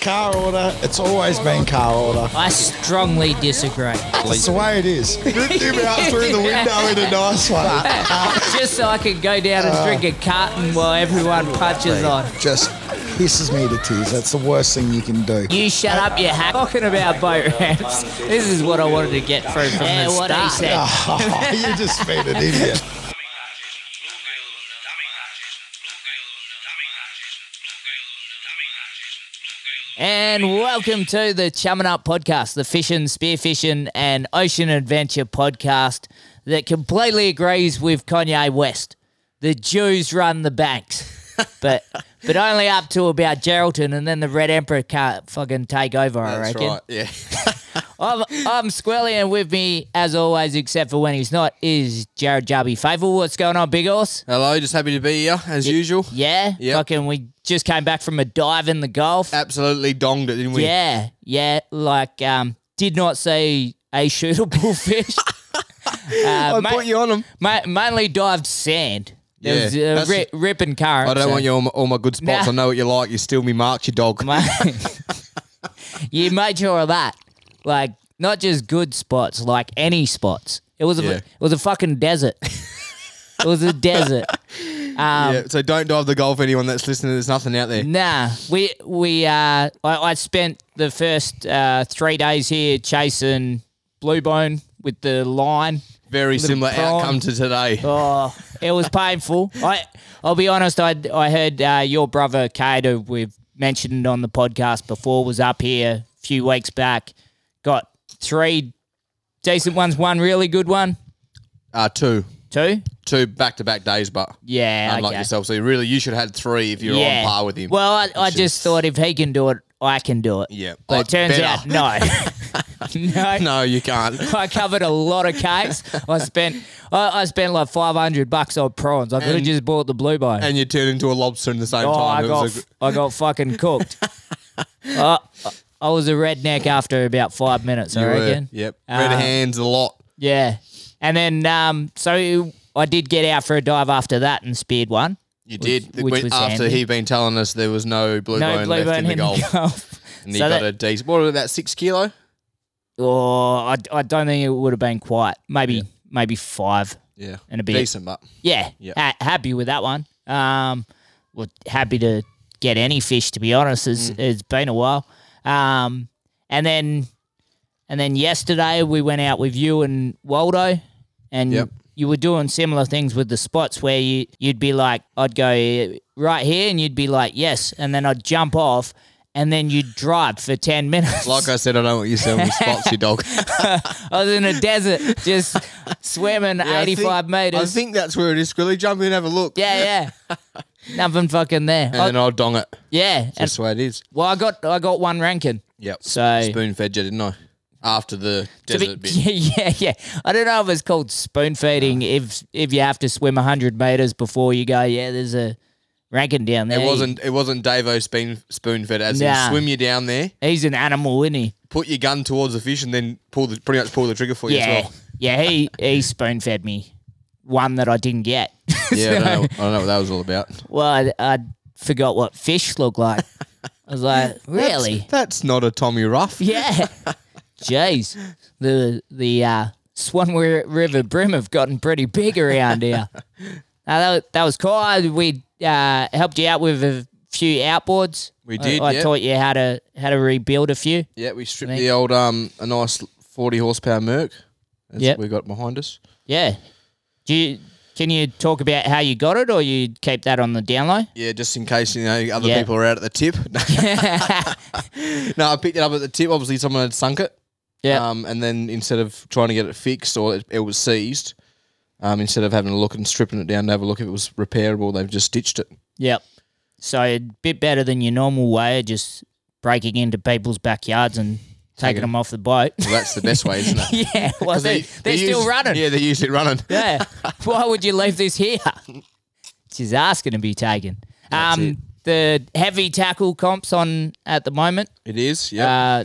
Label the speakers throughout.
Speaker 1: Car order. It's always been car order.
Speaker 2: I strongly disagree.
Speaker 1: That's the way it is. Ripped him out through the window in a nice way.
Speaker 2: Just so I can go down and drink a carton while everyone punches on.
Speaker 1: Just pisses me to tears. That's the worst thing you can do.
Speaker 2: You shut up, you hack. Talking about boat ramps. This is what I wanted to get through from the start.
Speaker 1: Oh, you just been an idiot.
Speaker 2: And welcome to the Chumming Up podcast, the fishing, spearfishing, and ocean adventure podcast that completely agrees with Kanye West. The Jews run the banks, but but only up to about Geraldton, and then the Red Emperor can't fucking take over. I
Speaker 3: That's
Speaker 2: reckon.
Speaker 3: right. Yeah.
Speaker 2: I'm, I'm Squirrely, and with me, as always, except for when he's not, is Jared Jarby Faithful. What's going on, Big Horse?
Speaker 3: Hello. Just happy to be here as usual.
Speaker 2: Yeah,
Speaker 3: Yep.
Speaker 2: fucking. We just came back from a dive in the Gulf.
Speaker 3: Absolutely donged it, didn't we?
Speaker 2: Yeah, yeah. Like, um, did not see a shootable fish.
Speaker 3: I
Speaker 2: uh, ma-
Speaker 3: put you on them.
Speaker 2: ma- mainly dived sand. There
Speaker 3: Yeah,
Speaker 2: was a
Speaker 3: that's-
Speaker 2: ri- ripping current.
Speaker 3: I don't
Speaker 2: so-
Speaker 3: want you on my, all my good spots.
Speaker 2: Nah.
Speaker 3: I know what you like. You steal me marks, you dog.
Speaker 2: you made sure of that. Like, not just good spots, like any spots. It was a
Speaker 3: Yeah.
Speaker 2: it was a fucking desert. it was a desert.
Speaker 3: yeah. So don't dive the golf. Anyone that's listening, there's nothing out there.
Speaker 2: Nah, we we uh, I, I spent the first uh, three days here chasing blue bone with the line.
Speaker 3: Very similar
Speaker 2: prawn.
Speaker 3: outcome to today.
Speaker 2: Oh, it was painful. I I'll be honest. I I heard uh, your brother Cade, who we've mentioned on the podcast before, was up here a few weeks back. Got three decent ones, one really good one,
Speaker 3: Uh, two,
Speaker 2: two.
Speaker 3: two back-to-back days, but
Speaker 2: Yeah,
Speaker 3: unlike
Speaker 2: okay.
Speaker 3: yourself, so you really you should have had three if you're on par with him.
Speaker 2: Well, I, I
Speaker 3: Which
Speaker 2: just
Speaker 3: is-
Speaker 2: thought if he can do it, I can do it.
Speaker 3: Yeah.
Speaker 2: but
Speaker 3: Oh,
Speaker 2: it turns
Speaker 3: better.
Speaker 2: out no, no,
Speaker 3: no, you can't.
Speaker 2: I covered a lot of cakes. I spent I, I spent like five hundred bucks on prawns. I could have
Speaker 3: And-
Speaker 2: just bought the blue bone.
Speaker 3: And you turn into a lobster in the same
Speaker 2: oh,
Speaker 3: time.
Speaker 2: I
Speaker 3: It
Speaker 2: got
Speaker 3: was a
Speaker 2: f- I got fucking cooked. Uh, I- I was a redneck after about five minutes. I
Speaker 3: gr- you were-
Speaker 2: reckon.
Speaker 3: Yep.
Speaker 2: Uh,
Speaker 3: Red hands a lot.
Speaker 2: Yeah, and then um, so I did get out for a dive after that and speared one.
Speaker 3: You
Speaker 2: which-
Speaker 3: did
Speaker 2: which
Speaker 3: when-
Speaker 2: was
Speaker 3: after
Speaker 2: handy.
Speaker 3: he'd been telling us there was no blue
Speaker 2: no
Speaker 3: bone
Speaker 2: blue
Speaker 3: left
Speaker 2: bone
Speaker 3: in the golf.
Speaker 2: Gulf.
Speaker 3: And he
Speaker 2: So
Speaker 3: got
Speaker 2: that-
Speaker 3: a decent, what about six kilo?
Speaker 2: Oh, I, I don't think it would have been quite. Maybe maybe five.
Speaker 3: Yeah.
Speaker 2: And a bit.
Speaker 3: decent, but
Speaker 2: Yeah,
Speaker 3: Yeah.
Speaker 2: ha- happy with that one. Um, well, happy to get any fish. To be honest, it's,
Speaker 3: Mm.
Speaker 2: it's been a while. Um, and then, and then yesterday we went out with you and Waldo, and
Speaker 3: Yep.
Speaker 2: you were doing similar things with the spots where you you'd be like, I'd go right here, and you'd be like, yes, and then I'd jump off, and then you'd drive for ten minutes.
Speaker 3: like I said, I don't want you selling me spots, you dog.
Speaker 2: I was in a desert, just swimming
Speaker 3: I think-
Speaker 2: eighty-five meters.
Speaker 3: I think that's where it is. Squilly, jump in and have a look.
Speaker 2: yeah, yeah. Nothing fucking there.
Speaker 3: And
Speaker 2: I-
Speaker 3: then I'll dong it.
Speaker 2: Yeah, and,
Speaker 3: That's the way it is.
Speaker 2: well, I got I got one ranking.
Speaker 3: Yep.
Speaker 2: So-
Speaker 3: spoon fed you, didn't I? After the
Speaker 2: To be-
Speaker 3: desert bit.
Speaker 2: yeah, yeah, yeah. I don't know if it's called spoon feeding. If if you have to swim hundred meters before you go, yeah, there's a ranking down there.
Speaker 3: It wasn't it wasn't Davo spoon spoon fed as
Speaker 2: Nah.
Speaker 3: in swim you down there,
Speaker 2: He's an animal, isn't he?
Speaker 3: put your gun towards the fish and then pull the pretty much pull the trigger for you
Speaker 2: Yeah,
Speaker 3: as well.
Speaker 2: yeah. He he spoon fed me one that I didn't get.
Speaker 3: Yeah, I, don't know, I don't know what that was all about.
Speaker 2: well, I, I forgot what fish look like. I was like, really?
Speaker 3: That's not a Tommy Ruff.
Speaker 2: Yeah. Jeez. The the uh, Swan Wi- River brim have gotten pretty big around here. Uh, that, wa- that was cool. I- We uh, helped you out with a few outboards.
Speaker 3: We
Speaker 2: I-
Speaker 3: did,
Speaker 2: I,
Speaker 3: yeah.
Speaker 2: taught you how to how to rebuild a few.
Speaker 3: Yeah, we stripped
Speaker 2: Thank-
Speaker 3: the old um a nice forty horsepower Merc. That's
Speaker 2: Yep.
Speaker 3: what we got behind us.
Speaker 2: Yeah. Do you, can you talk about how you got it, or you keep that on the down low?
Speaker 3: Yeah, just in case you know other
Speaker 2: Yeah.
Speaker 3: people are out at the tip. no, I picked it up at the tip. Obviously, someone had sunk it.
Speaker 2: Yeah.
Speaker 3: Um, and then instead of trying to get it fixed or it, it was seized, um, instead of having a look and stripping it down to have a look if it was repairable, they've just stitched it.
Speaker 2: Yep. So a bit better than your normal way of just breaking into people's backyards and taking
Speaker 3: it.
Speaker 2: them off the boat.
Speaker 3: Well, that's the best way, isn't it?
Speaker 2: yeah. Well,
Speaker 3: 'Cause
Speaker 2: they, they're still
Speaker 3: use-
Speaker 2: running.
Speaker 3: Yeah, they're usually running.
Speaker 2: Yeah. Why would you leave this here? She's asking to be taken.
Speaker 3: That's
Speaker 2: um,
Speaker 3: it.
Speaker 2: The heavy tackle comps on at the moment.
Speaker 3: It is. Yeah.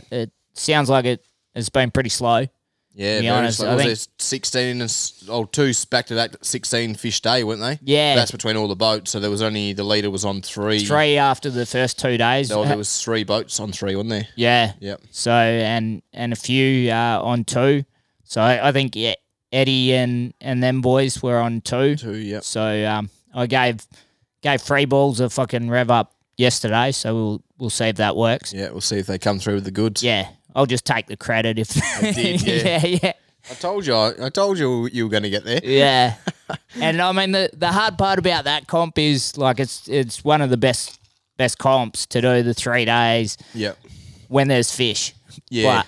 Speaker 2: Uh,
Speaker 3: Mm.
Speaker 2: it sounds like it has been pretty slow.
Speaker 3: Yeah,
Speaker 2: be
Speaker 3: very
Speaker 2: honest,
Speaker 3: slow.
Speaker 2: I
Speaker 3: was
Speaker 2: think-
Speaker 3: it sixteen and s- oh two back to back sixteen fish day, weren't they?
Speaker 2: Yeah.
Speaker 3: that's between all the boats. So there was only the leader was on three.
Speaker 2: Three Uh, after the first two days.
Speaker 3: No, there was three boats on three, wasn't there?
Speaker 2: Yeah.
Speaker 3: Yep.
Speaker 2: So and and a few uh, on two. So I I think yeah, Eddie and and them boys were on two.
Speaker 3: Two, yep.
Speaker 2: So um, I gave gave three balls a fucking rev up yesterday. So we'll we'll see if that works.
Speaker 3: Yeah, we'll see if they come through with the goods.
Speaker 2: Yeah, I'll just take the credit if.
Speaker 3: did, yeah.
Speaker 2: yeah, yeah,
Speaker 3: I told you, I, I told you you were going to get there.
Speaker 2: yeah. and I mean the the hard part about that comp is like it's it's one of the best best comps to do the three days
Speaker 3: Yep.
Speaker 2: when there's fish.
Speaker 3: Yeah.
Speaker 2: But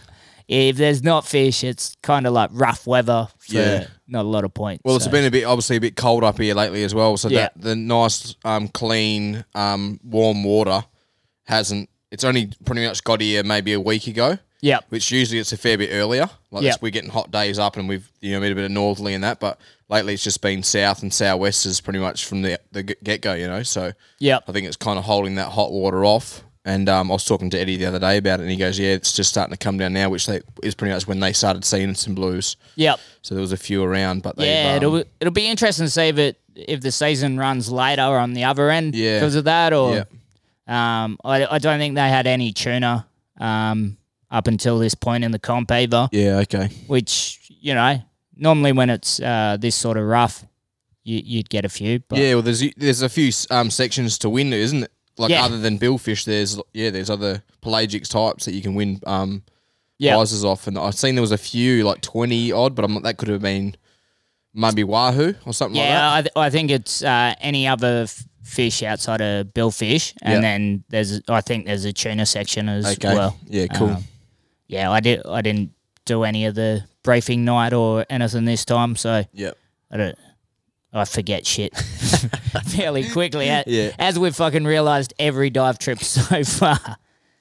Speaker 2: if there's not fish, it's kind of like rough weather. For
Speaker 3: Yeah.
Speaker 2: Not a lot of points.
Speaker 3: Well, it's
Speaker 2: so-
Speaker 3: been a bit obviously a bit cold up here lately as well. So
Speaker 2: Yeah.
Speaker 3: that the nice, um, clean, um, warm water hasn't. It's only pretty much got here maybe a week ago.
Speaker 2: Yep.
Speaker 3: Which usually it's a fair bit earlier. Like
Speaker 2: Yep.
Speaker 3: it's- we're getting hot days up, and we've you know made a bit of northerly and that. But lately it's just been south and southwest is pretty much from the the get go. You know, so
Speaker 2: Yep.
Speaker 3: I think it's kind of holding that hot water off. And um, I was talking to Eddie the other day about it, and he goes, "Yeah, it's just starting to come down now," which they, is pretty much when they started seeing some blues.
Speaker 2: Yep.
Speaker 3: So there was a few around, but they've,
Speaker 2: Yeah,
Speaker 3: um,
Speaker 2: it'll it'll be interesting to see if it if the season runs later on the other end
Speaker 3: Yeah.
Speaker 2: because of that, or
Speaker 3: Yep.
Speaker 2: um, I I don't think they had any tuna um up until this point in the comp either,
Speaker 3: yeah, okay.
Speaker 2: which you know normally when it's uh this sort of rough, you you'd get a few. But
Speaker 3: Yeah, well, there's there's a few um, sections to win, isn't it? Like
Speaker 2: Yeah.
Speaker 3: other than billfish, there's yeah, there's other pelagic types that you can win um,
Speaker 2: Yeah.
Speaker 3: prizes off, and I've seen there was a few like twenty odd, but I'm not, that could have been maybe wahoo or something
Speaker 2: Yeah,
Speaker 3: like
Speaker 2: I, th- I think it's uh, any other f- fish outside of billfish, and
Speaker 3: Yeah.
Speaker 2: then there's I think there's a tuna section as
Speaker 3: that. Okay,
Speaker 2: well.
Speaker 3: yeah, cool.
Speaker 2: Um, yeah, I did. I didn't do any of the briefing night or anything this time, so
Speaker 3: yep.
Speaker 2: I don't. I forget shit fairly quickly. a-
Speaker 3: Yeah.
Speaker 2: As we've fucking realised every dive trip so far.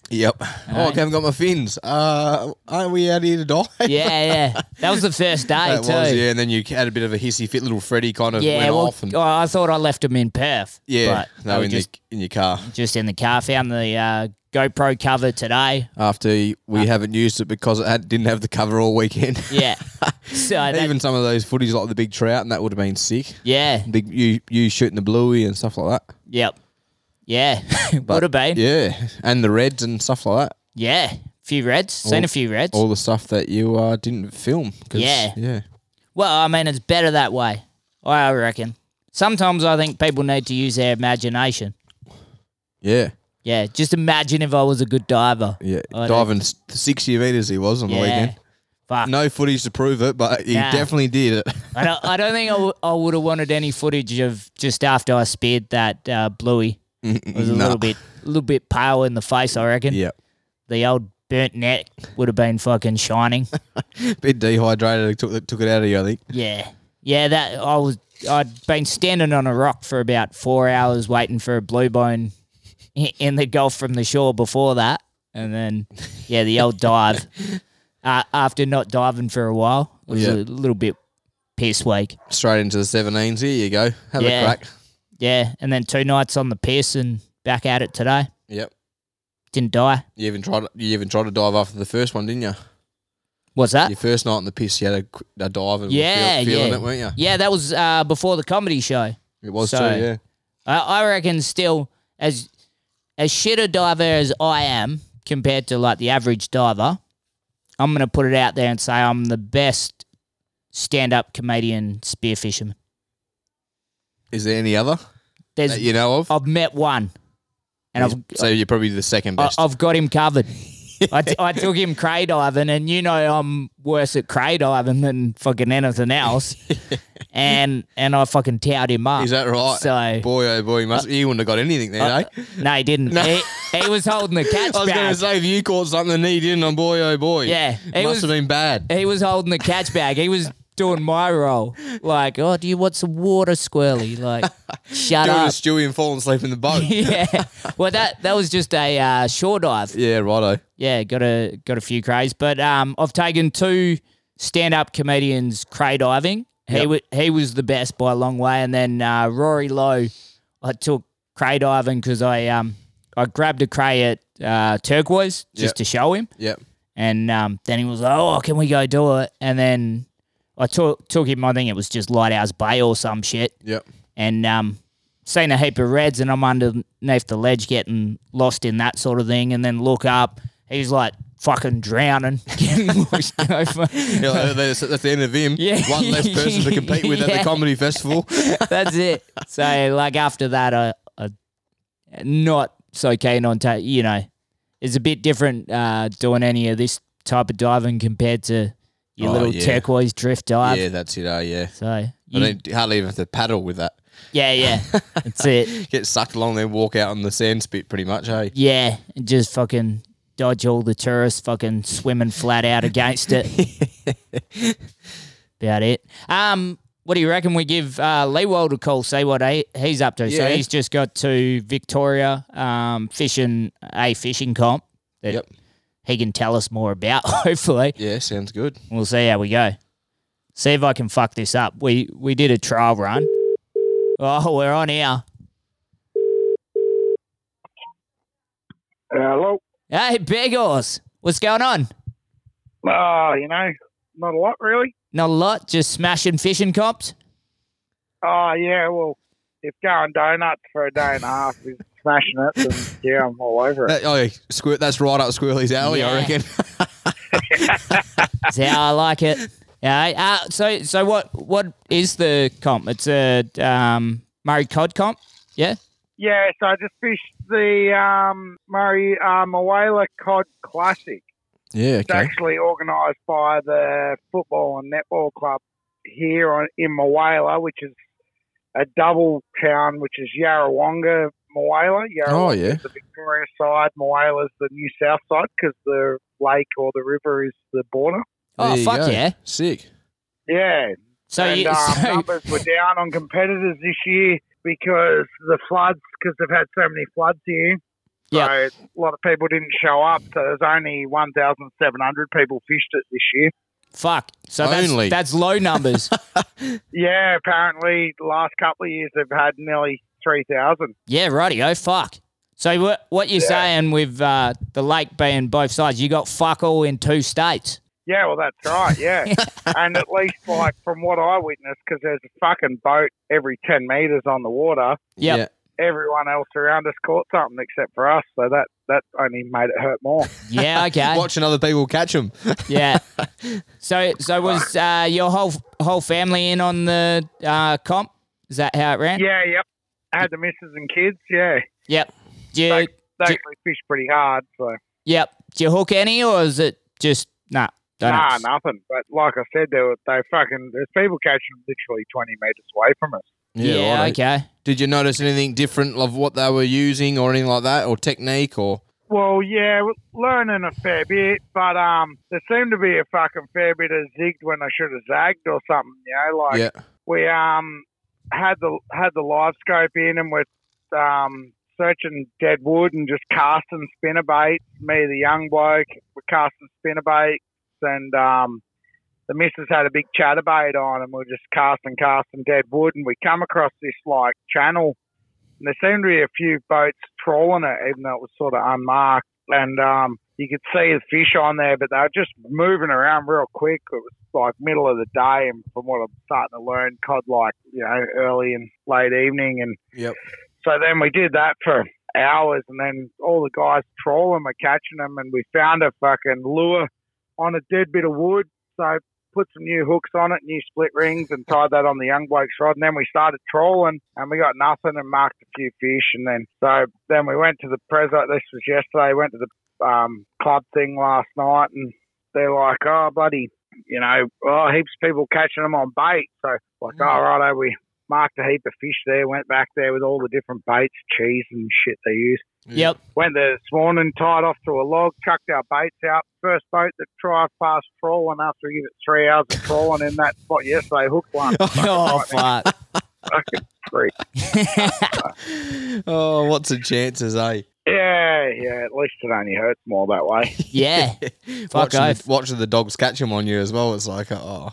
Speaker 3: Yep. oh, I haven't got my fins. Uh, aren't we out here to die?
Speaker 2: Yeah, yeah. That was the first day,
Speaker 3: That
Speaker 2: too.
Speaker 3: was, yeah, and then you had a bit of a hissy fit. Little Freddy kind of
Speaker 2: Yeah,
Speaker 3: went
Speaker 2: well,
Speaker 3: off, and
Speaker 2: oh, I thought I left them in Perth.
Speaker 3: yeah,
Speaker 2: But
Speaker 3: no,
Speaker 2: they were
Speaker 3: in,
Speaker 2: just,
Speaker 3: the, in your car.
Speaker 2: just in the car. Found the uh, GoPro cover today.
Speaker 3: After we
Speaker 2: Uh,
Speaker 3: haven't used it because it had, didn't have the cover all weekend.
Speaker 2: Yeah. So that,
Speaker 3: Even some of those footies like the big trout, and that would have been sick.
Speaker 2: yeah.
Speaker 3: Big you you shooting the bluey and stuff like that.
Speaker 2: Yep. Yeah. Would have been. Yeah.
Speaker 3: Yeah, and the reds and stuff like that.
Speaker 2: Few reds. Seen a few reds.
Speaker 3: All the stuff that you uh, didn't film. 'cause-
Speaker 2: Yeah.
Speaker 3: yeah,
Speaker 2: Well, I mean, it's better that way. I reckon. Sometimes I think people need to use their imagination.
Speaker 3: yeah,
Speaker 2: Yeah. Just imagine if I was a good diver.
Speaker 3: yeah.
Speaker 2: I don't-
Speaker 3: Diving s- sixty meters he was on
Speaker 2: Yeah.
Speaker 3: the weekend.
Speaker 2: Fuck.
Speaker 3: No footage to prove it, but he
Speaker 2: Nah.
Speaker 3: definitely did it.
Speaker 2: I don't, I don't think I, w- I would have wanted any footage of just after I speared that uh, bluey. It was a
Speaker 3: Nah.
Speaker 2: little bit, little bit pale in the face. I reckon.
Speaker 3: yeah,
Speaker 2: The old burnt neck would have been fucking shining.
Speaker 3: bit dehydrated. it Took it took it out of you, I think.
Speaker 2: Yeah, yeah. That I was. I'd been standing on a rock for about four hours waiting for a blue bone i- in the Gulf from the shore before that, and then yeah, the old dive uh, after not diving for a while was
Speaker 3: Yeah.
Speaker 2: a little bit piss weak.
Speaker 3: Straight into the seventeens. Here you go. Have
Speaker 2: Yeah.
Speaker 3: a crack.
Speaker 2: Yeah, and then two nights on the piss and back at it today.
Speaker 3: Yep.
Speaker 2: Didn't die.
Speaker 3: You even tried. You even tried to dive after the first one, didn't you?
Speaker 2: What's that?
Speaker 3: Your first night on the piss, you had a, qu- a dive and
Speaker 2: Uh, Yeah,
Speaker 3: yeah, feel, feeling
Speaker 2: yeah.
Speaker 3: it, weren't you?
Speaker 2: Yeah, that was uh, before the comedy show.
Speaker 3: It was
Speaker 2: So-
Speaker 3: too, yeah.
Speaker 2: I, I reckon still as as shit a diver as I am compared to like the average diver, I'm gonna put it out there and say I'm the best stand up comedian spear fisherman.
Speaker 3: Is there any other
Speaker 2: There's
Speaker 3: that you know of?
Speaker 2: I've met one, Oh, and I've Oh,
Speaker 3: so you're probably Uh, the second
Speaker 2: I,
Speaker 3: best.
Speaker 2: I've got him covered. I, t- I took him cray diving, and you know I'm worse at cray diving than fucking anything else. and and I fucking towed him up.
Speaker 3: Is that right?
Speaker 2: So uh,
Speaker 3: boy, oh boy, you must. you wouldn't have got anything there, eh?
Speaker 2: no, he didn't. He, he was holding the catch
Speaker 3: I was going to
Speaker 2: bag.
Speaker 3: say if you caught something that he didn't, on boy, oh boy,
Speaker 2: Yeah, it
Speaker 3: it must
Speaker 2: was-
Speaker 3: have been bad.
Speaker 2: He was holding the catch bag. He was doing my role. Like, oh, do you want some water, squirrely? Like, shut
Speaker 3: Doing a
Speaker 2: up.
Speaker 3: stewie and falling asleep in the boat.
Speaker 2: yeah. Well, that that was just a uh, shore dive.
Speaker 3: yeah, righto.
Speaker 2: Yeah, got a got a few crays, but um, I've taken two stand up comedians cray diving. He
Speaker 3: Yep.
Speaker 2: wa he was the best by a long way, and then uh, Rory Lowe, I took cray diving because I um I grabbed a cray at uh, Turquoise just
Speaker 3: Yep.
Speaker 2: to show him
Speaker 3: Yep.
Speaker 2: And um, then he was like, "Oh, can we go do it?" And then I took took him. I think it was just Lighthouse Bay or some shit.
Speaker 3: Yep.
Speaker 2: And um, seen a heap of reds, and I'm underneath the ledge getting lost in that sort of thing. And then look up, he's like fucking drowning, getting washed over.
Speaker 3: Yeah, like, that's, that's the end of him.
Speaker 2: Yeah.
Speaker 3: One less person to compete with at
Speaker 2: Yeah.
Speaker 3: the comedy festival.
Speaker 2: That's it. So like after that, I, I not so keen on ta- you know, it's a bit different uh, doing any of this type of diving compared to your
Speaker 3: Oh,
Speaker 2: little
Speaker 3: yeah.
Speaker 2: turquoise drift dive.
Speaker 3: yeah, that's it. Oh, yeah.
Speaker 2: So
Speaker 3: I
Speaker 2: you-
Speaker 3: don't hardly even have to paddle with that.
Speaker 2: yeah, yeah, that's it.
Speaker 3: Get sucked along, then walk out on the sand spit pretty much, eh? hey?
Speaker 2: Yeah, and just fucking dodge all the tourists, fucking swimming flat out against it. About it. Um, what do you reckon we give uh, Leewald a call? See what he, he's up to. So
Speaker 3: Yeah.
Speaker 2: he's just got to Victoria um, fishing a fishing comp that
Speaker 3: Yep.
Speaker 2: he can tell us more about. Hopefully,
Speaker 3: Yeah, sounds good.
Speaker 2: we'll see how we go. See if I can fuck this up. We we did a trial run. Oh, we're on air.
Speaker 4: Hello.
Speaker 2: Hey, Big Horse, what's going on?
Speaker 4: Ah, you know, not a lot really.
Speaker 2: Not a lot, just smashing fishing cops.
Speaker 4: Ah, yeah. Well, if going donuts for a day and a half is smashing it, then yeah, I'm all over it.
Speaker 3: That, oh, yeah, squirt, that's right up Squirrely's alley,
Speaker 2: Yeah.
Speaker 3: I reckon.
Speaker 2: That's how I like it. Yeah. Uh, so, so what? What is the comp? It's a um, Murray cod comp. Yeah.
Speaker 4: Yeah. So I just fished the um, Murray uh, Mawela Cod Classic.
Speaker 3: yeah,
Speaker 4: It's actually organised by the football and netball club here on, in Mawela, which is a double town, which is Yarrawonga, Mawela.
Speaker 3: Oh,
Speaker 4: Yarrawonga
Speaker 3: yeah.
Speaker 4: is the Victoria side, Mawela's the new south side because the lake or the river is the border.
Speaker 2: Oh,
Speaker 3: There you
Speaker 2: fuck
Speaker 3: go.
Speaker 2: yeah.
Speaker 3: Sick.
Speaker 4: Yeah,
Speaker 2: So,
Speaker 4: and,
Speaker 2: you,
Speaker 4: um,
Speaker 2: so
Speaker 4: numbers were down on competitors this year because the floods, because they've had so many floods here.
Speaker 2: Yeah.
Speaker 4: So a lot of people didn't show up. So there's only 1,700 people fished it this year.
Speaker 2: fuck. So that's
Speaker 3: Only.
Speaker 2: that's low numbers.
Speaker 4: Yeah, apparently the last couple of years they've had nearly 3,000.
Speaker 2: yeah. Rightio. Fuck. So what what you're saying with uh, the lake being both sides? You got fuck all in two states.
Speaker 4: Yeah, well, that's right. Yeah. and at least, like, from what I witnessed, because there's a fucking boat every 10 metres on the water,
Speaker 2: Yep.
Speaker 4: everyone else around us caught something except for us. So that, that only made it hurt more.
Speaker 2: Yeah. Okay.
Speaker 3: Yeah. Watching other people catch them.
Speaker 2: Yeah. So so was uh, your whole whole family in on the uh, comp? Is that how it ran?
Speaker 4: Yeah, yep. I had the missus and kids, yeah.
Speaker 2: Yep. Do you,
Speaker 4: Like- They
Speaker 2: Ju-
Speaker 4: actually fish pretty hard, so
Speaker 2: Yep. Do you hook any, or is it just nah?
Speaker 4: nah,
Speaker 2: Donuts?
Speaker 4: nothing. But like I said, they were they fucking there's people catching them literally twenty meters away from us.
Speaker 2: Yeah.
Speaker 3: righto.
Speaker 2: okay.
Speaker 3: Did you notice anything different of what they were using or anything like that or technique or
Speaker 4: Well, yeah, we're learning a fair bit, but um, there seemed to be a fucking fair bit of zigged when I should have zagged or something. You know, like
Speaker 3: yeah
Speaker 4: we um had the had the live scope in and we're um searching dead wood and just casting spinnerbait. Me the young bloke were casting spinnerbaits and um the missus had a big chatterbait on and we are just casting casting dead wood and we come across this like channel and there seemed to be a few boats trawling it even though it was sort of unmarked and um you could see the fish on there but they were just moving around real quick. It was like middle of the day and from what I'm starting to learn, cod like, you know, early and late evening and
Speaker 3: Yep.
Speaker 4: so then we did that for hours and then all the guys trawling were catching them and we found a fucking lure on a dead bit of wood. So put some new hooks on it, new split rings and tied that on the young bloke's rod and then we started trawling and we got nothing and marked a few fish and then so then we went to the present this was yesterday, went to the um, club thing last night and they're like, Oh buddy, you know, oh, heaps of people catching them on bait. So, like, oh, righto, we marked a heap of fish there, went back there with all the different baits, cheese and shit they use.
Speaker 2: Yep.
Speaker 4: Went there this morning, tied off to a log, chucked our baits out. First boat that tried past trawling after we give it three hours of trawling in that spot yesterday, hooked one.
Speaker 2: Oh fuck.
Speaker 4: Fucking freak.
Speaker 3: oh what's the chances eh
Speaker 4: Yeah, yeah, at least it only hurts more that way.
Speaker 2: yeah. Fuck
Speaker 3: watching, the,
Speaker 2: off.
Speaker 3: watching the dogs catch them on you as well it's like oh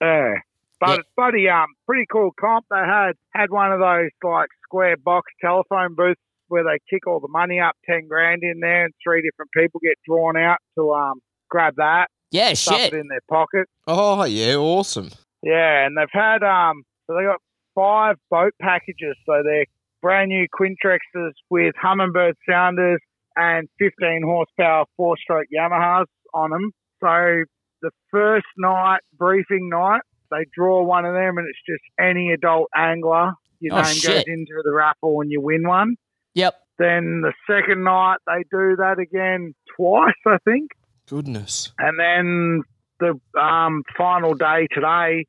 Speaker 4: Yeah. But
Speaker 2: Yeah.
Speaker 4: it's bloody um pretty cool comp. They had had one of those like square box telephone booths where they kick all the money up, ten grand in there and three different people get drawn out to um grab that,
Speaker 2: Yeah,
Speaker 4: stuff
Speaker 2: shit.
Speaker 4: it in their pocket.
Speaker 3: Oh yeah, awesome.
Speaker 4: Yeah, and they've had um, so they got five boat packages. So they're brand new Quintrexes with Hummingbird sounders and 15 horsepower four-stroke Yamahas on them. So the first night briefing night, they draw one of them, and it's just any adult angler. Your
Speaker 2: Oh,
Speaker 4: name goes
Speaker 2: shit.
Speaker 4: into the raffle, and you win one.
Speaker 2: Yep.
Speaker 4: Then the second night, they do that again twice, I think.
Speaker 3: Goodness.
Speaker 4: And then the um, final day today,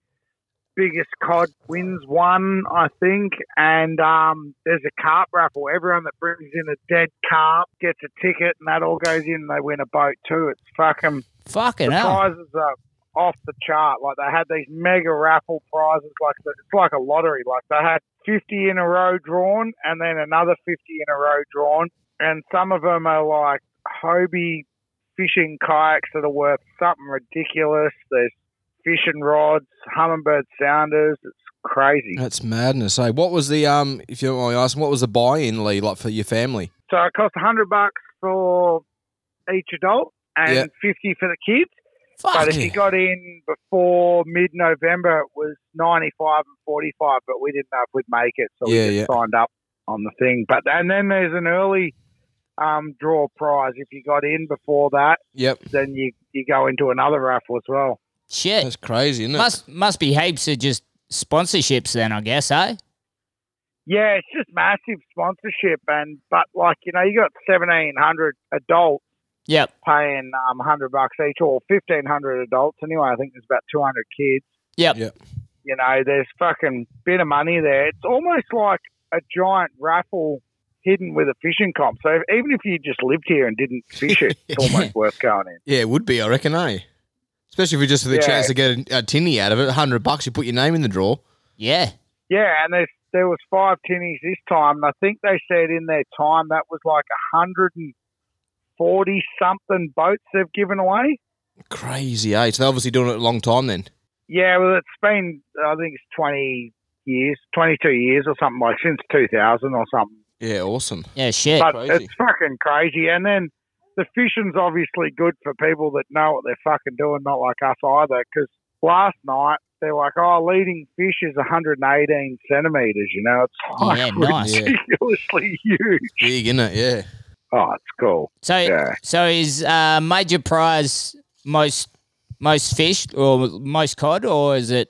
Speaker 4: biggest cod wins one, I think. And um, there's a carp raffle. Everyone that brings in a dead carp gets a ticket, and that all goes in. and They win a boat too. It's fucking
Speaker 2: Fucking
Speaker 4: the
Speaker 2: hell.
Speaker 4: prizes are off the chart. Like they had these mega raffle prizes, like the, it's like a lottery. Like they had fifty in a row drawn, and then another fifty in a row drawn, and some of them are like Hobie fishing kayaks that are worth something ridiculous. There's fishing rods, hummingbird sounders. It's crazy.
Speaker 3: That's madness. Hey, what was the um? If you don't mind me asking, what was the buy-in, Lee, like for your family?
Speaker 4: So it costs hundred bucks for each adult and
Speaker 3: Yeah.
Speaker 4: fifty for the kids. But if
Speaker 2: Fuck.
Speaker 4: you got in before mid-November, it was 95 and 45, but we didn't know if we'd make it, so
Speaker 3: Yeah,
Speaker 4: we
Speaker 3: yeah.
Speaker 4: just signed up on the thing. But and then there's an early um, draw prize. If you got in before that,
Speaker 3: Yep.
Speaker 4: then you you go into another raffle as well.
Speaker 2: Shit.
Speaker 3: That's crazy, isn't it?
Speaker 2: Must must be heaps of just sponsorships then, I guess, eh?
Speaker 4: Yeah, it's just massive sponsorship, and but like you know, you got 1,700 adults
Speaker 2: Yep.
Speaker 4: paying um, 100 bucks each, or 1,500 adults anyway. I think there's about 200 kids.
Speaker 2: Yep.
Speaker 3: Yep.
Speaker 4: you know, there's fucking bit of money there. It's almost like a giant raffle hidden with a fishing comp. So if, even if you just lived here and didn't fish it, it's almost worth going in.
Speaker 3: Yeah, it would be, I reckon, eh? Especially if you just for the
Speaker 4: Yeah.
Speaker 3: chance to get a, a tinny out of it, hundred bucks, you put your name in the draw.
Speaker 2: Yeah.
Speaker 4: Yeah, and there's there was five tinnies this time, and I think they said in their time that was like a hundred and forty something boats they've given away.
Speaker 3: Crazy, eh? So they're obviously doing it a long time then.
Speaker 4: Yeah, well, it's been I think it's twenty years, twenty two years or something like since two thousand or something.
Speaker 3: Yeah, awesome.
Speaker 2: Yeah, shit.
Speaker 4: but
Speaker 3: Crazy.
Speaker 4: it's fucking crazy. And then the fishing's obviously good for people that know what they're fucking doing, not like us either. Because last night they're like, "Oh, leading fish is 118 centimeters." You know, it's like
Speaker 2: Yeah, nice.
Speaker 3: Yeah.
Speaker 4: ridiculously huge.
Speaker 3: Big, isn't it? Yeah.
Speaker 4: Oh, it's cool.
Speaker 2: So
Speaker 4: Yeah.
Speaker 2: so is uh, major prize most most fish or most cod or is it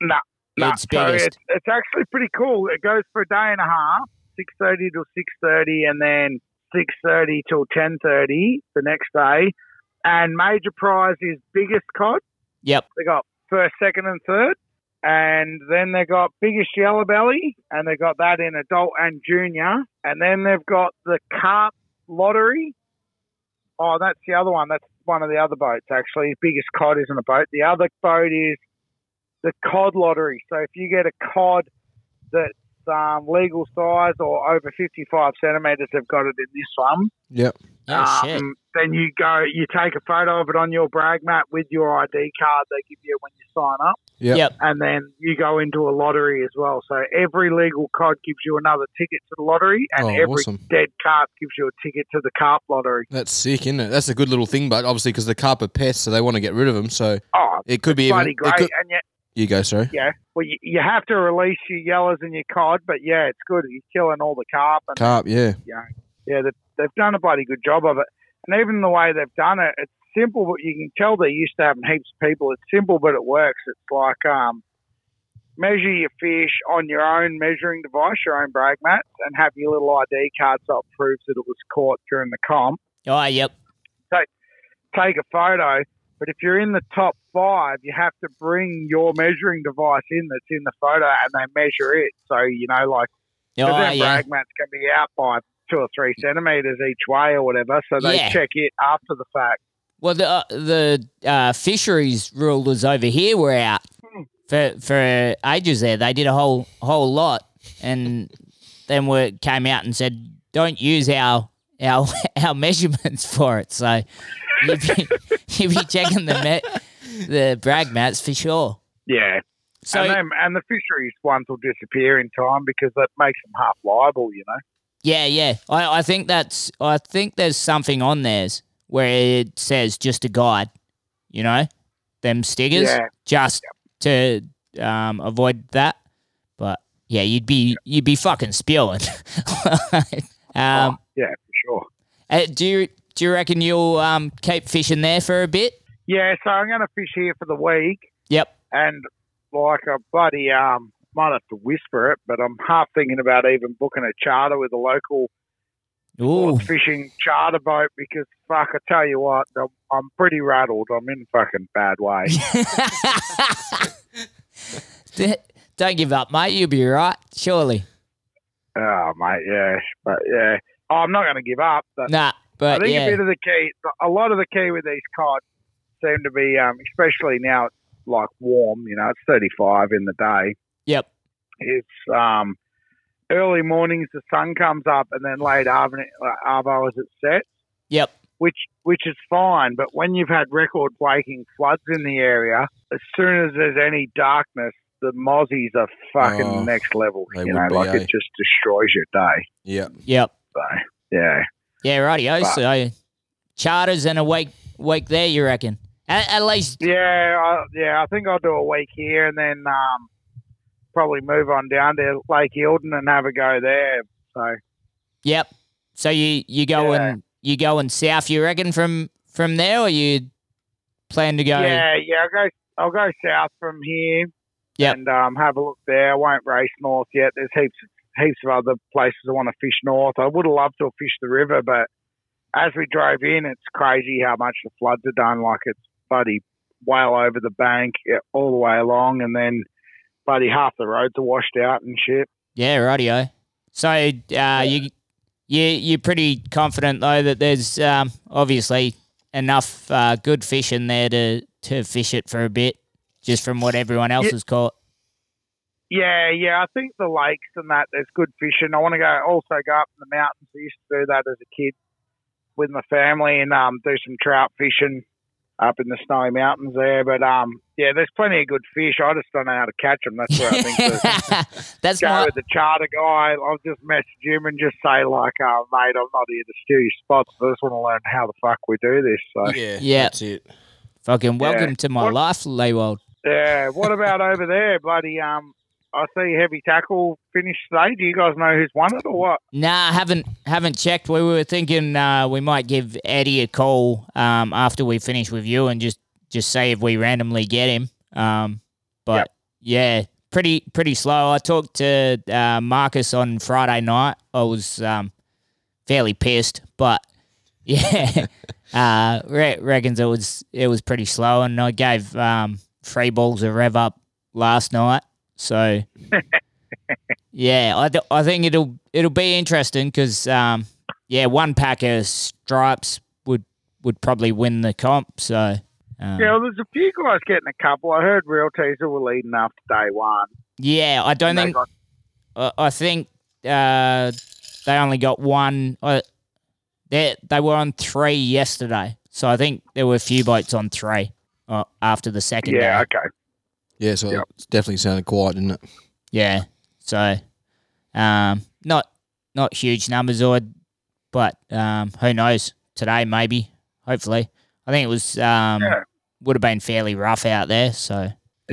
Speaker 4: No, no.
Speaker 2: It's
Speaker 4: so
Speaker 2: biggest.
Speaker 4: it's, it's actually pretty cool. It goes for a day and a half, six thirty till six thirty, and then six thirty till ten thirty the next day. And major prize is biggest cod.
Speaker 2: Yep.
Speaker 4: They got first, second, and third, and then they got biggest yellow belly, and they got that in adult and junior, and then they've got the carp lottery. Oh, that's the other one. That's one of the other boats actually. Biggest cod isn't a boat. The other boat is the cod lottery. So if you get a cod that's um, legal size or over fifty-five centimeters, they've got it in this one.
Speaker 3: Yep.
Speaker 2: Oh shit.
Speaker 4: Um, then you go, you take a photo of it on your brag mat with your ID card they give you when you sign up,
Speaker 3: Yep.
Speaker 2: Yep.
Speaker 4: and then you go into a lottery as well. So every legal cod gives you another ticket to the lottery, and
Speaker 3: Oh,
Speaker 4: every
Speaker 3: awesome.
Speaker 4: dead carp gives you a ticket to the carp lottery.
Speaker 3: That's sick, isn't it? That's a good little thing, but obviously because the carp are pests, so they want to get rid of them. So
Speaker 4: Oh,
Speaker 3: it could be even.
Speaker 4: bloody
Speaker 3: it
Speaker 4: great!
Speaker 3: could-
Speaker 4: and you,
Speaker 3: you go, sorry.
Speaker 4: yeah, well, you, you have to release your yellows and your cod, but yeah, it's good. You're killing all the carp, and
Speaker 3: Carp, yeah.
Speaker 4: yeah, they've, they've done a bloody good job of it. And even the way they've done it, it's simple, but you can tell they're used to having heaps of people. It's simple, but it works. It's like um, measure your fish on your own measuring device, your own brag mat, and have your little ID card so it proves that it was caught during the comp.
Speaker 2: Oh yep.
Speaker 4: Take a photo, but if you're in the top five, you have to bring your measuring device in that's in the photo and they measure it. So, you know, like,
Speaker 2: Oh
Speaker 4: because their
Speaker 2: yeah.
Speaker 4: brag mats can be out by two or three centimeters each way or whatever, so they
Speaker 2: Yeah.
Speaker 4: check it after the fact.
Speaker 2: Well the uh, the uh, fisheries rulers over here were out for for ages there. They did a whole whole lot and then were came out and said don't use our our our measurements for it. So you'd be, you'd be checking the me- the brag mats for sure.
Speaker 4: Yeah,
Speaker 2: So
Speaker 4: and them, and the fisheries ones will disappear in time because that makes them half liable, you know.
Speaker 2: Yeah, yeah. I, I think that's I think there's something on theirs where it says just a guide, you know, them stickers
Speaker 4: Yeah.
Speaker 2: just to um, avoid that. But yeah, you'd be you'd be fucking spewing. um,
Speaker 4: yeah, for sure.
Speaker 2: uh, do you do you reckon you'll um, keep fishing there for a bit?
Speaker 4: Yeah, so I'm going to fish here for the week,
Speaker 2: Yep.
Speaker 4: and like a bloody um, might have to whisper it, but I'm half thinking about even booking a charter with a local
Speaker 2: Ooh.
Speaker 4: fishing charter boat because fuck, I tell you what, I'm, I'm pretty rattled. I'm in fucking bad way.
Speaker 2: Don't give up, mate. You'll be right, surely.
Speaker 4: oh mate, yeah, but yeah, oh, I'm not going to give up. But
Speaker 2: Nah,
Speaker 4: I
Speaker 2: but
Speaker 4: think
Speaker 2: yeah.
Speaker 4: a bit of the key, a lot of the key with these cod seem to be, um, especially now it's like warm. You know, it's 35 in the day.
Speaker 2: Yep.
Speaker 4: It's um, early mornings, the sun comes up, and then late evening, uh, arvo as it sets.
Speaker 2: Yep.
Speaker 4: which which is fine. But when you've had record breaking floods in the area, as soon as there's any darkness, the mozzies are fucking
Speaker 3: Oh,
Speaker 4: next level.
Speaker 3: they
Speaker 4: You
Speaker 3: would
Speaker 4: know,
Speaker 3: be,
Speaker 4: like
Speaker 3: eh?
Speaker 4: it just destroys your day.
Speaker 3: Yeah.
Speaker 2: Yep.
Speaker 4: So yeah,
Speaker 2: Yeah, rightio.
Speaker 4: But-
Speaker 2: So charters and a week week there, you reckon? At, at least
Speaker 4: yeah, I, yeah. I think I'll do a week here and then um, probably move on down to Lake Eildon and have a go there. So
Speaker 2: yep. So you you going
Speaker 4: Yeah.
Speaker 2: you going south, you reckon, from from there or you plan to go
Speaker 4: yeah, yeah. I'll go. I'll go south from here.
Speaker 2: Yep.
Speaker 4: And um, have a look there. I won't race north yet. There's heaps, heaps of other places I want to fish north. I would have loved to have fished the river, but as we drove in, it's crazy how much the floods are done. Like it's buddy well over the bank yeah, all the way along, and then buddy half the roads are washed out and shit.
Speaker 2: Yeah, rightio. So uh, you you you're pretty confident though that there's um, obviously enough uh, good fish in there to to fish it for a bit, just from what everyone else
Speaker 4: Yeah.
Speaker 2: has caught.
Speaker 4: Yeah, yeah. I think the lakes and that there's good fishing. I want to go also go up in the mountains. I used to do that as a kid with my family and um, do some trout fishing up in the snowy mountains there. But um, yeah, there's plenty of good fish. I just don't know how to catch them. That's where I think the
Speaker 2: That's
Speaker 4: go
Speaker 2: my
Speaker 4: with the charter guy. I'll just message him and just say like, "Oh, mate, I'm not here to steal your spots. I just want to learn how the fuck we do this." So
Speaker 3: Yeah.
Speaker 2: Yeah.
Speaker 3: That's it.
Speaker 2: fucking welcome to my
Speaker 4: What-
Speaker 2: life, Leewald.
Speaker 4: yeah. What about over there, bloody um? I see heavy tackle finished today. Do you guys know who's won it or what?
Speaker 2: Nah, haven't haven't checked. We were thinking uh, we might give Eddie a call um, after we finish with you and just just see if we randomly get him. Um, but yeah, pretty pretty slow. I talked to uh, Marcus on Friday night. I was um, fairly pissed, but yeah, uh, re- reckons it was it was pretty slow. And I gave um, free balls a rev up last night, so. Yeah, I, th- I think it'll it'll be interesting because um, yeah, one pack of stripes would would probably win the comp. So um,
Speaker 4: Yeah, well, there's a few guys getting a couple. I heard Real Teaser were leading after day one.
Speaker 2: yeah, I don't
Speaker 4: And they
Speaker 2: think
Speaker 4: got-
Speaker 2: I, I think uh, they only got one. Uh, they they were on three yesterday, so I think there were a few boats on three uh, after the second
Speaker 4: yeah,
Speaker 2: day.
Speaker 4: okay.
Speaker 3: Yeah. So
Speaker 4: Yep.
Speaker 3: it's definitely sounded quiet, didn't it?
Speaker 2: Yeah, so um, not not huge numbers, or but um, who knows? Today maybe, hopefully. I think it was um,
Speaker 4: Yeah.
Speaker 2: would have been fairly rough out there. So
Speaker 4: Yeah,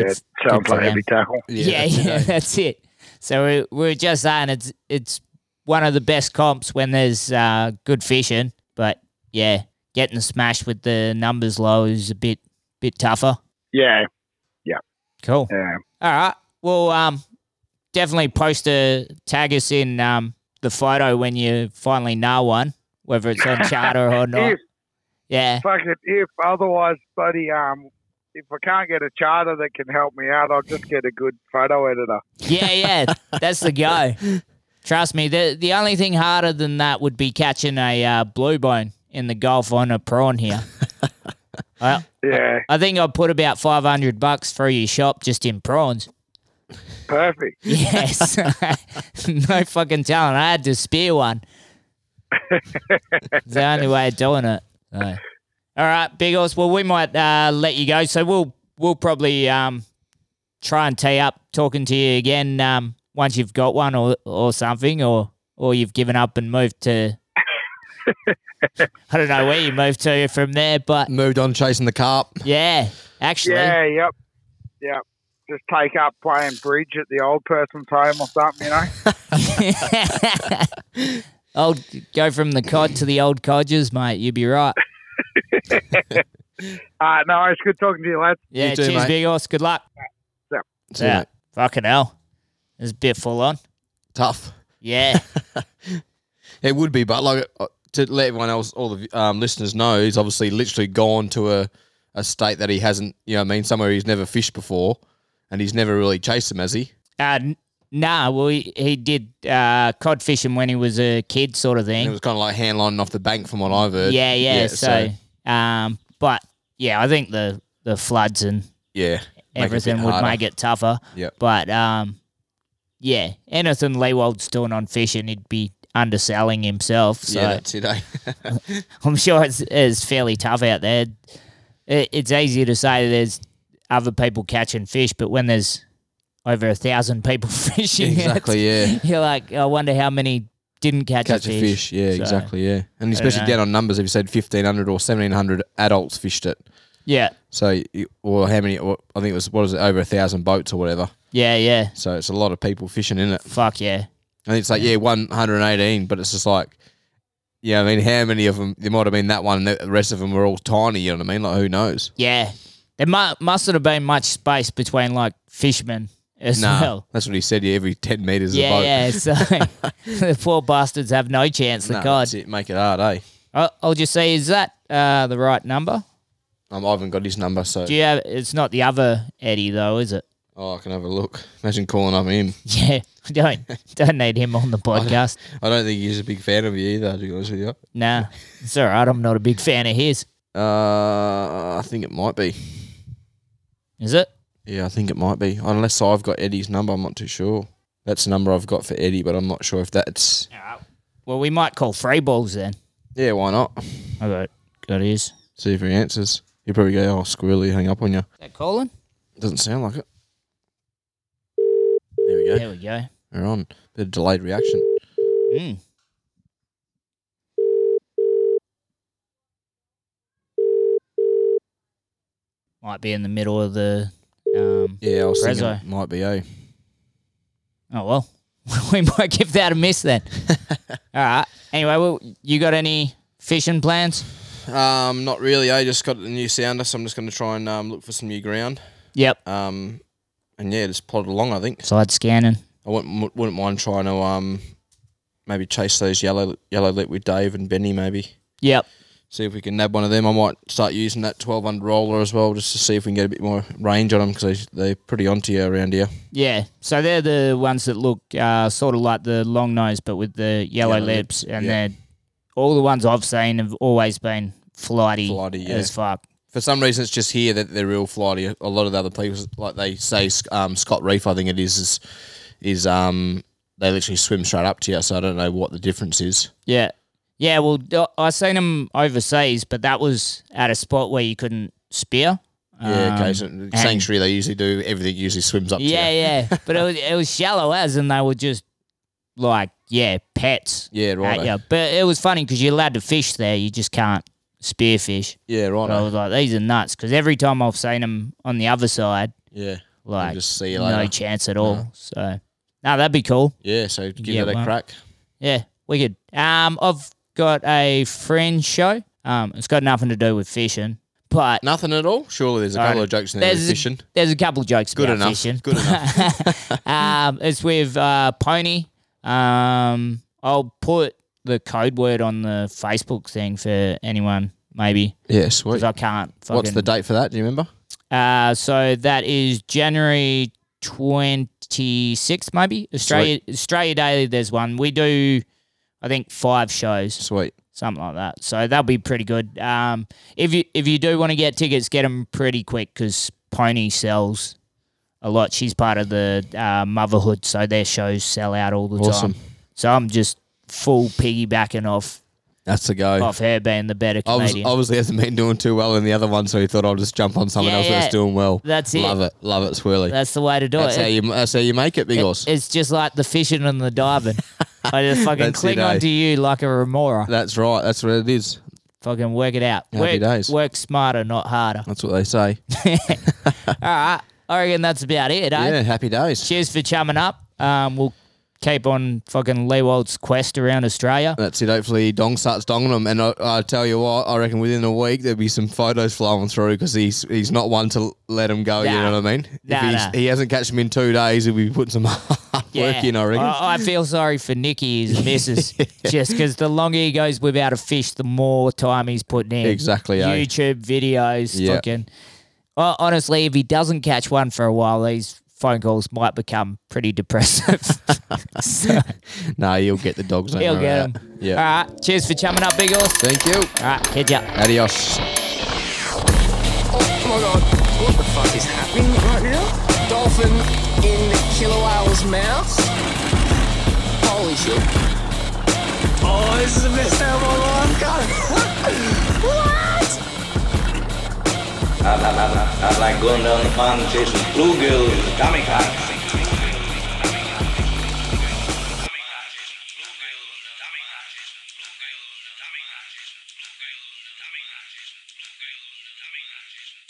Speaker 2: good
Speaker 4: it sounds
Speaker 2: for
Speaker 4: like
Speaker 2: them.
Speaker 4: heavy tackle.
Speaker 2: yeah, yeah,
Speaker 3: eh?
Speaker 2: that's it. So we, we were just saying it's it's one of the best comps when there's uh, good fishing, but yeah, getting smashed with the numbers low is a bit bit tougher.
Speaker 4: Yeah,
Speaker 2: Cool.
Speaker 4: yeah.
Speaker 2: All right. Well, um, definitely post a tag us in um, the photo when you finally know one, whether it's on charter or not.
Speaker 4: If
Speaker 2: Yeah.
Speaker 4: fuck it, if otherwise, buddy, um, if I can't get a charter that can help me out, I'll just get a good photo editor.
Speaker 2: Yeah, yeah. That's the go. Trust me, the the only thing harder than that would be catching a uh, blue bone in the Gulf on a prawn here. I,
Speaker 4: Yeah,
Speaker 2: I think I put about 500 bucks through your shop just in prawns.
Speaker 4: perfect.
Speaker 2: Yes. no fucking telling. I had to spear one. it's the only way of doing it. So. All right, Big Horse. Well, we might uh, let you go. So we'll we'll probably um, try and tee up talking to you again um, once you've got one or, or something, or or you've given up and moved to I don't know where you moved to from there, but
Speaker 3: Moved on chasing the carp.
Speaker 2: yeah, actually,
Speaker 4: Yeah, yep. Yep. Just take up playing bridge at the old person's home or something, you know?
Speaker 2: I'll go from the cod to the old codgers, mate. You'd be right.
Speaker 4: Uh, no, it's good talking to you, lads.
Speaker 2: Yeah,
Speaker 3: You too,
Speaker 2: cheers,
Speaker 3: mate.
Speaker 2: big horse. Good luck.
Speaker 3: See,
Speaker 2: Yeah.
Speaker 3: mate,
Speaker 2: Fucking hell, it's a bit full on.
Speaker 3: Tough.
Speaker 2: Yeah,
Speaker 3: It would be, but like uh, to let everyone else, all the um, listeners know, he's obviously literally gone to a, a state that he hasn't, you know, what I mean, somewhere he's never fished before, and he's never really chased them, has he?
Speaker 2: uh, n- nah. Well, he, he did uh, cod fishing when he was a kid, sort of
Speaker 3: And it
Speaker 2: thing.
Speaker 3: was kind of like hand lining off the bank, from what I've heard.
Speaker 2: yeah, yeah. so, um, but yeah, I think the the floods and
Speaker 3: yeah, make it a
Speaker 2: everything
Speaker 3: bit
Speaker 2: would
Speaker 3: harder.
Speaker 2: make it tougher.
Speaker 3: Yep.
Speaker 2: But um, yeah, anything Leewald's doing on fishing, he'd be underselling himself. So
Speaker 3: yeah, that's it. eh?
Speaker 2: I'm sure it's, it's fairly tough out there. It, it's easier to say there's other people catching fish, but when there's over a thousand people fishing,
Speaker 3: exactly, yeah.
Speaker 2: it's- you're like, I wonder how many didn't catch,
Speaker 3: Catch
Speaker 2: a fish.
Speaker 3: yeah,
Speaker 2: So,
Speaker 3: exactly, yeah, and especially
Speaker 2: know.
Speaker 3: down on numbers. If you said fifteen hundred or seventeen hundred adults fished it,
Speaker 2: Yeah,
Speaker 3: so you- or how many? Or I think it was what is it over a thousand boats or whatever.
Speaker 2: yeah, yeah.
Speaker 3: So it's a lot of people fishing in it.
Speaker 2: Fuck yeah.
Speaker 3: And it's like, yeah, 118, but it's just like, yeah, I mean, how many of them? There might have been that one, and the rest of them were all tiny, you know what I mean? Like, who knows?
Speaker 2: Yeah. There mu- mustn't have been much space between like fishermen as
Speaker 3: Nah.
Speaker 2: well.
Speaker 3: That's what he said, yeah, every 10 metres a
Speaker 2: Yeah,
Speaker 3: boat.
Speaker 2: yeah. So the poor bastards have no chance. The
Speaker 3: Nah,
Speaker 2: god.
Speaker 3: that's it, make it hard, eh?
Speaker 2: I'll, I'll just say, is that uh, the right number?
Speaker 3: Um, I haven't got his number, so
Speaker 2: Do you have? It's not the other Eddie though, is it?
Speaker 3: oh, I can have a look. Imagine calling up him.
Speaker 2: Yeah, I don't don't need him on the podcast.
Speaker 3: I don't think he's a big fan of you either, to be honest with you.
Speaker 2: Nah, it's all right. I'm not a big fan of his.
Speaker 3: Uh, I think it might be.
Speaker 2: Is it?
Speaker 3: Yeah, I think it might be. Unless I've got Eddie's number, I'm not too sure. That's the number I've got for Eddie, but I'm not sure if that's.
Speaker 2: Well, we might call free balls then.
Speaker 3: Yeah, why not?
Speaker 2: I got got his. Is
Speaker 3: See if he answers. He'll probably go, oh, squirrely, hang up on you.
Speaker 2: that calling?
Speaker 3: Doesn't sound like it. There we go.
Speaker 2: There we go.
Speaker 3: We're on. Bit of delayed reaction.
Speaker 2: Mm. Might be in the middle of the. Um,
Speaker 3: Yeah, I was thinking
Speaker 2: Prezzo.
Speaker 3: it might be eh?
Speaker 2: oh well, we might give that a miss then. all right. Anyway, well, you got any fishing plans?
Speaker 3: Um, not really. I just got a new sounder, so I'm just going to try and um, look for some new ground.
Speaker 2: Yep.
Speaker 3: Um, and yeah, just plod along. I think
Speaker 2: Side scanning.
Speaker 3: I wouldn't, wouldn't mind trying to um, maybe chase those yellow yellow lip with Dave and Benny. Maybe
Speaker 2: Yep.
Speaker 3: see if we can nab one of them. I might start using that 12 under roller as well, just to see if we can get a bit more range on them because they, they're pretty onto you around here.
Speaker 2: Yeah, so they're the ones that look uh, sort of like the long nose, but with the yellow
Speaker 3: Yellow
Speaker 2: lips, and
Speaker 3: yeah.
Speaker 2: they're all the ones I've seen have always been flighty,
Speaker 3: Flighty, yeah.
Speaker 2: as fuck.
Speaker 3: for some reason it's just here that they're real flighty. A lot of the other people, like they say, um, Scott Reef, I think it is, is, is um, they literally swim straight up to you. So I don't know what the difference is.
Speaker 2: Yeah, yeah. Well, d- I seen them overseas, but that was at a spot where you couldn't spear.
Speaker 3: Yeah, okay.
Speaker 2: Um,
Speaker 3: So sanctuary, they usually do everything. Usually swims up.
Speaker 2: yeah,
Speaker 3: to you.
Speaker 2: yeah. But it was it was shallow as, and they were just like yeah, pets.
Speaker 3: yeah, right.
Speaker 2: Yeah,
Speaker 3: Yeah,
Speaker 2: but it was funny because you're allowed to fish there. You just can't spearfish.
Speaker 3: right.
Speaker 2: But I was like, these are nuts because every time I've seen them on the other side,
Speaker 3: Yeah,
Speaker 2: like
Speaker 3: just see you
Speaker 2: no
Speaker 3: later.
Speaker 2: chance at all. So, no, that'd be cool.
Speaker 3: yeah. So give
Speaker 2: Yeah,
Speaker 3: it a
Speaker 2: well.
Speaker 3: crack.
Speaker 2: Yeah, wicked. Um, I've got a friend show. Um, it's got nothing to do with fishing, but
Speaker 3: Nothing at all. Surely there's a couple
Speaker 2: Alright.
Speaker 3: of jokes in there. with
Speaker 2: There's-
Speaker 3: Fishing.
Speaker 2: there's a couple of jokes
Speaker 3: Good
Speaker 2: about
Speaker 3: enough.
Speaker 2: fishing.
Speaker 3: Good
Speaker 2: enough. um, it's with uh, Pony. Um, I'll put the code word on the Facebook thing for anyone, maybe
Speaker 3: Yeah, sweet.
Speaker 2: because I can't. Fucking,
Speaker 3: What's the date for that? Do you remember?
Speaker 2: Uh, so that is January 26th, maybe Australia Australia Day. There's one we do, I think five shows,
Speaker 3: Sweet.
Speaker 2: something like that. So that'll be pretty good. Um, if you if you do want to get tickets, get them pretty quick because Pony sells a lot. She's part of the uh, Motherhood, so their shows sell out all the
Speaker 3: Awesome.
Speaker 2: time. So I'm just full piggybacking off
Speaker 3: That's the go.
Speaker 2: off her being the better
Speaker 3: Obviously,
Speaker 2: comedian.
Speaker 3: obviously hasn't been doing too well in the other one, so he thought I'll just jump on someone
Speaker 2: Yeah,
Speaker 3: else
Speaker 2: yeah.
Speaker 3: that's doing well.
Speaker 2: That's it.
Speaker 3: Love it, love it, Swirly.
Speaker 2: That's the way to do
Speaker 3: That's
Speaker 2: it.
Speaker 3: how you. That's how you make it, big horse.
Speaker 2: It's just like the fishing and the diving. I just fucking
Speaker 3: That's it,
Speaker 2: cling
Speaker 3: eh?
Speaker 2: onto you like a remora.
Speaker 3: That's right. That's what it is.
Speaker 2: Fucking work it out.
Speaker 3: Happy
Speaker 2: Work,
Speaker 3: days.
Speaker 2: work smarter, not harder.
Speaker 3: That's what they say.
Speaker 2: All right. I reckon that's about it, eh?
Speaker 3: Yeah, happy days.
Speaker 2: Cheers for chumming up. Um, we'll keep on fucking Leewald's quest around Australia.
Speaker 3: That's it. Hopefully, Dong starts donging them, and I, I tell you what, I reckon within a week there'll be some photos flowing through because he's he's not one to let him go. You
Speaker 2: Nah.
Speaker 3: know what I mean?
Speaker 2: Nah,
Speaker 3: if he's,
Speaker 2: nah.
Speaker 3: he hasn't catched him in two days, he'll be putting some hard work in. I reckon.
Speaker 2: I, I feel sorry for Nicky, his missus, just because the longer he goes without a fish, the more time he's putting in.
Speaker 3: Exactly, eh?
Speaker 2: YouTube videos,
Speaker 3: Yeah.
Speaker 2: fucking. Well, honestly, if he doesn't catch one for a while, these phone calls might become pretty depressive. so
Speaker 3: no, he'll get the dogs. don't
Speaker 2: he'll
Speaker 3: worry
Speaker 2: get
Speaker 3: about
Speaker 2: them.
Speaker 3: it. Yeah.
Speaker 2: All right. Cheers for chumming up, Big Horse.
Speaker 3: Thank you.
Speaker 2: All right. Head up.
Speaker 3: Adios.
Speaker 5: Oh my god, what the fuck is happening right now? Dolphin in the killer whale's mouth? Holy shit. Oh, this is the best day of my life, guys. what?
Speaker 6: I, I, I, I like going down the pond and chasing bluegills and tommy cocks.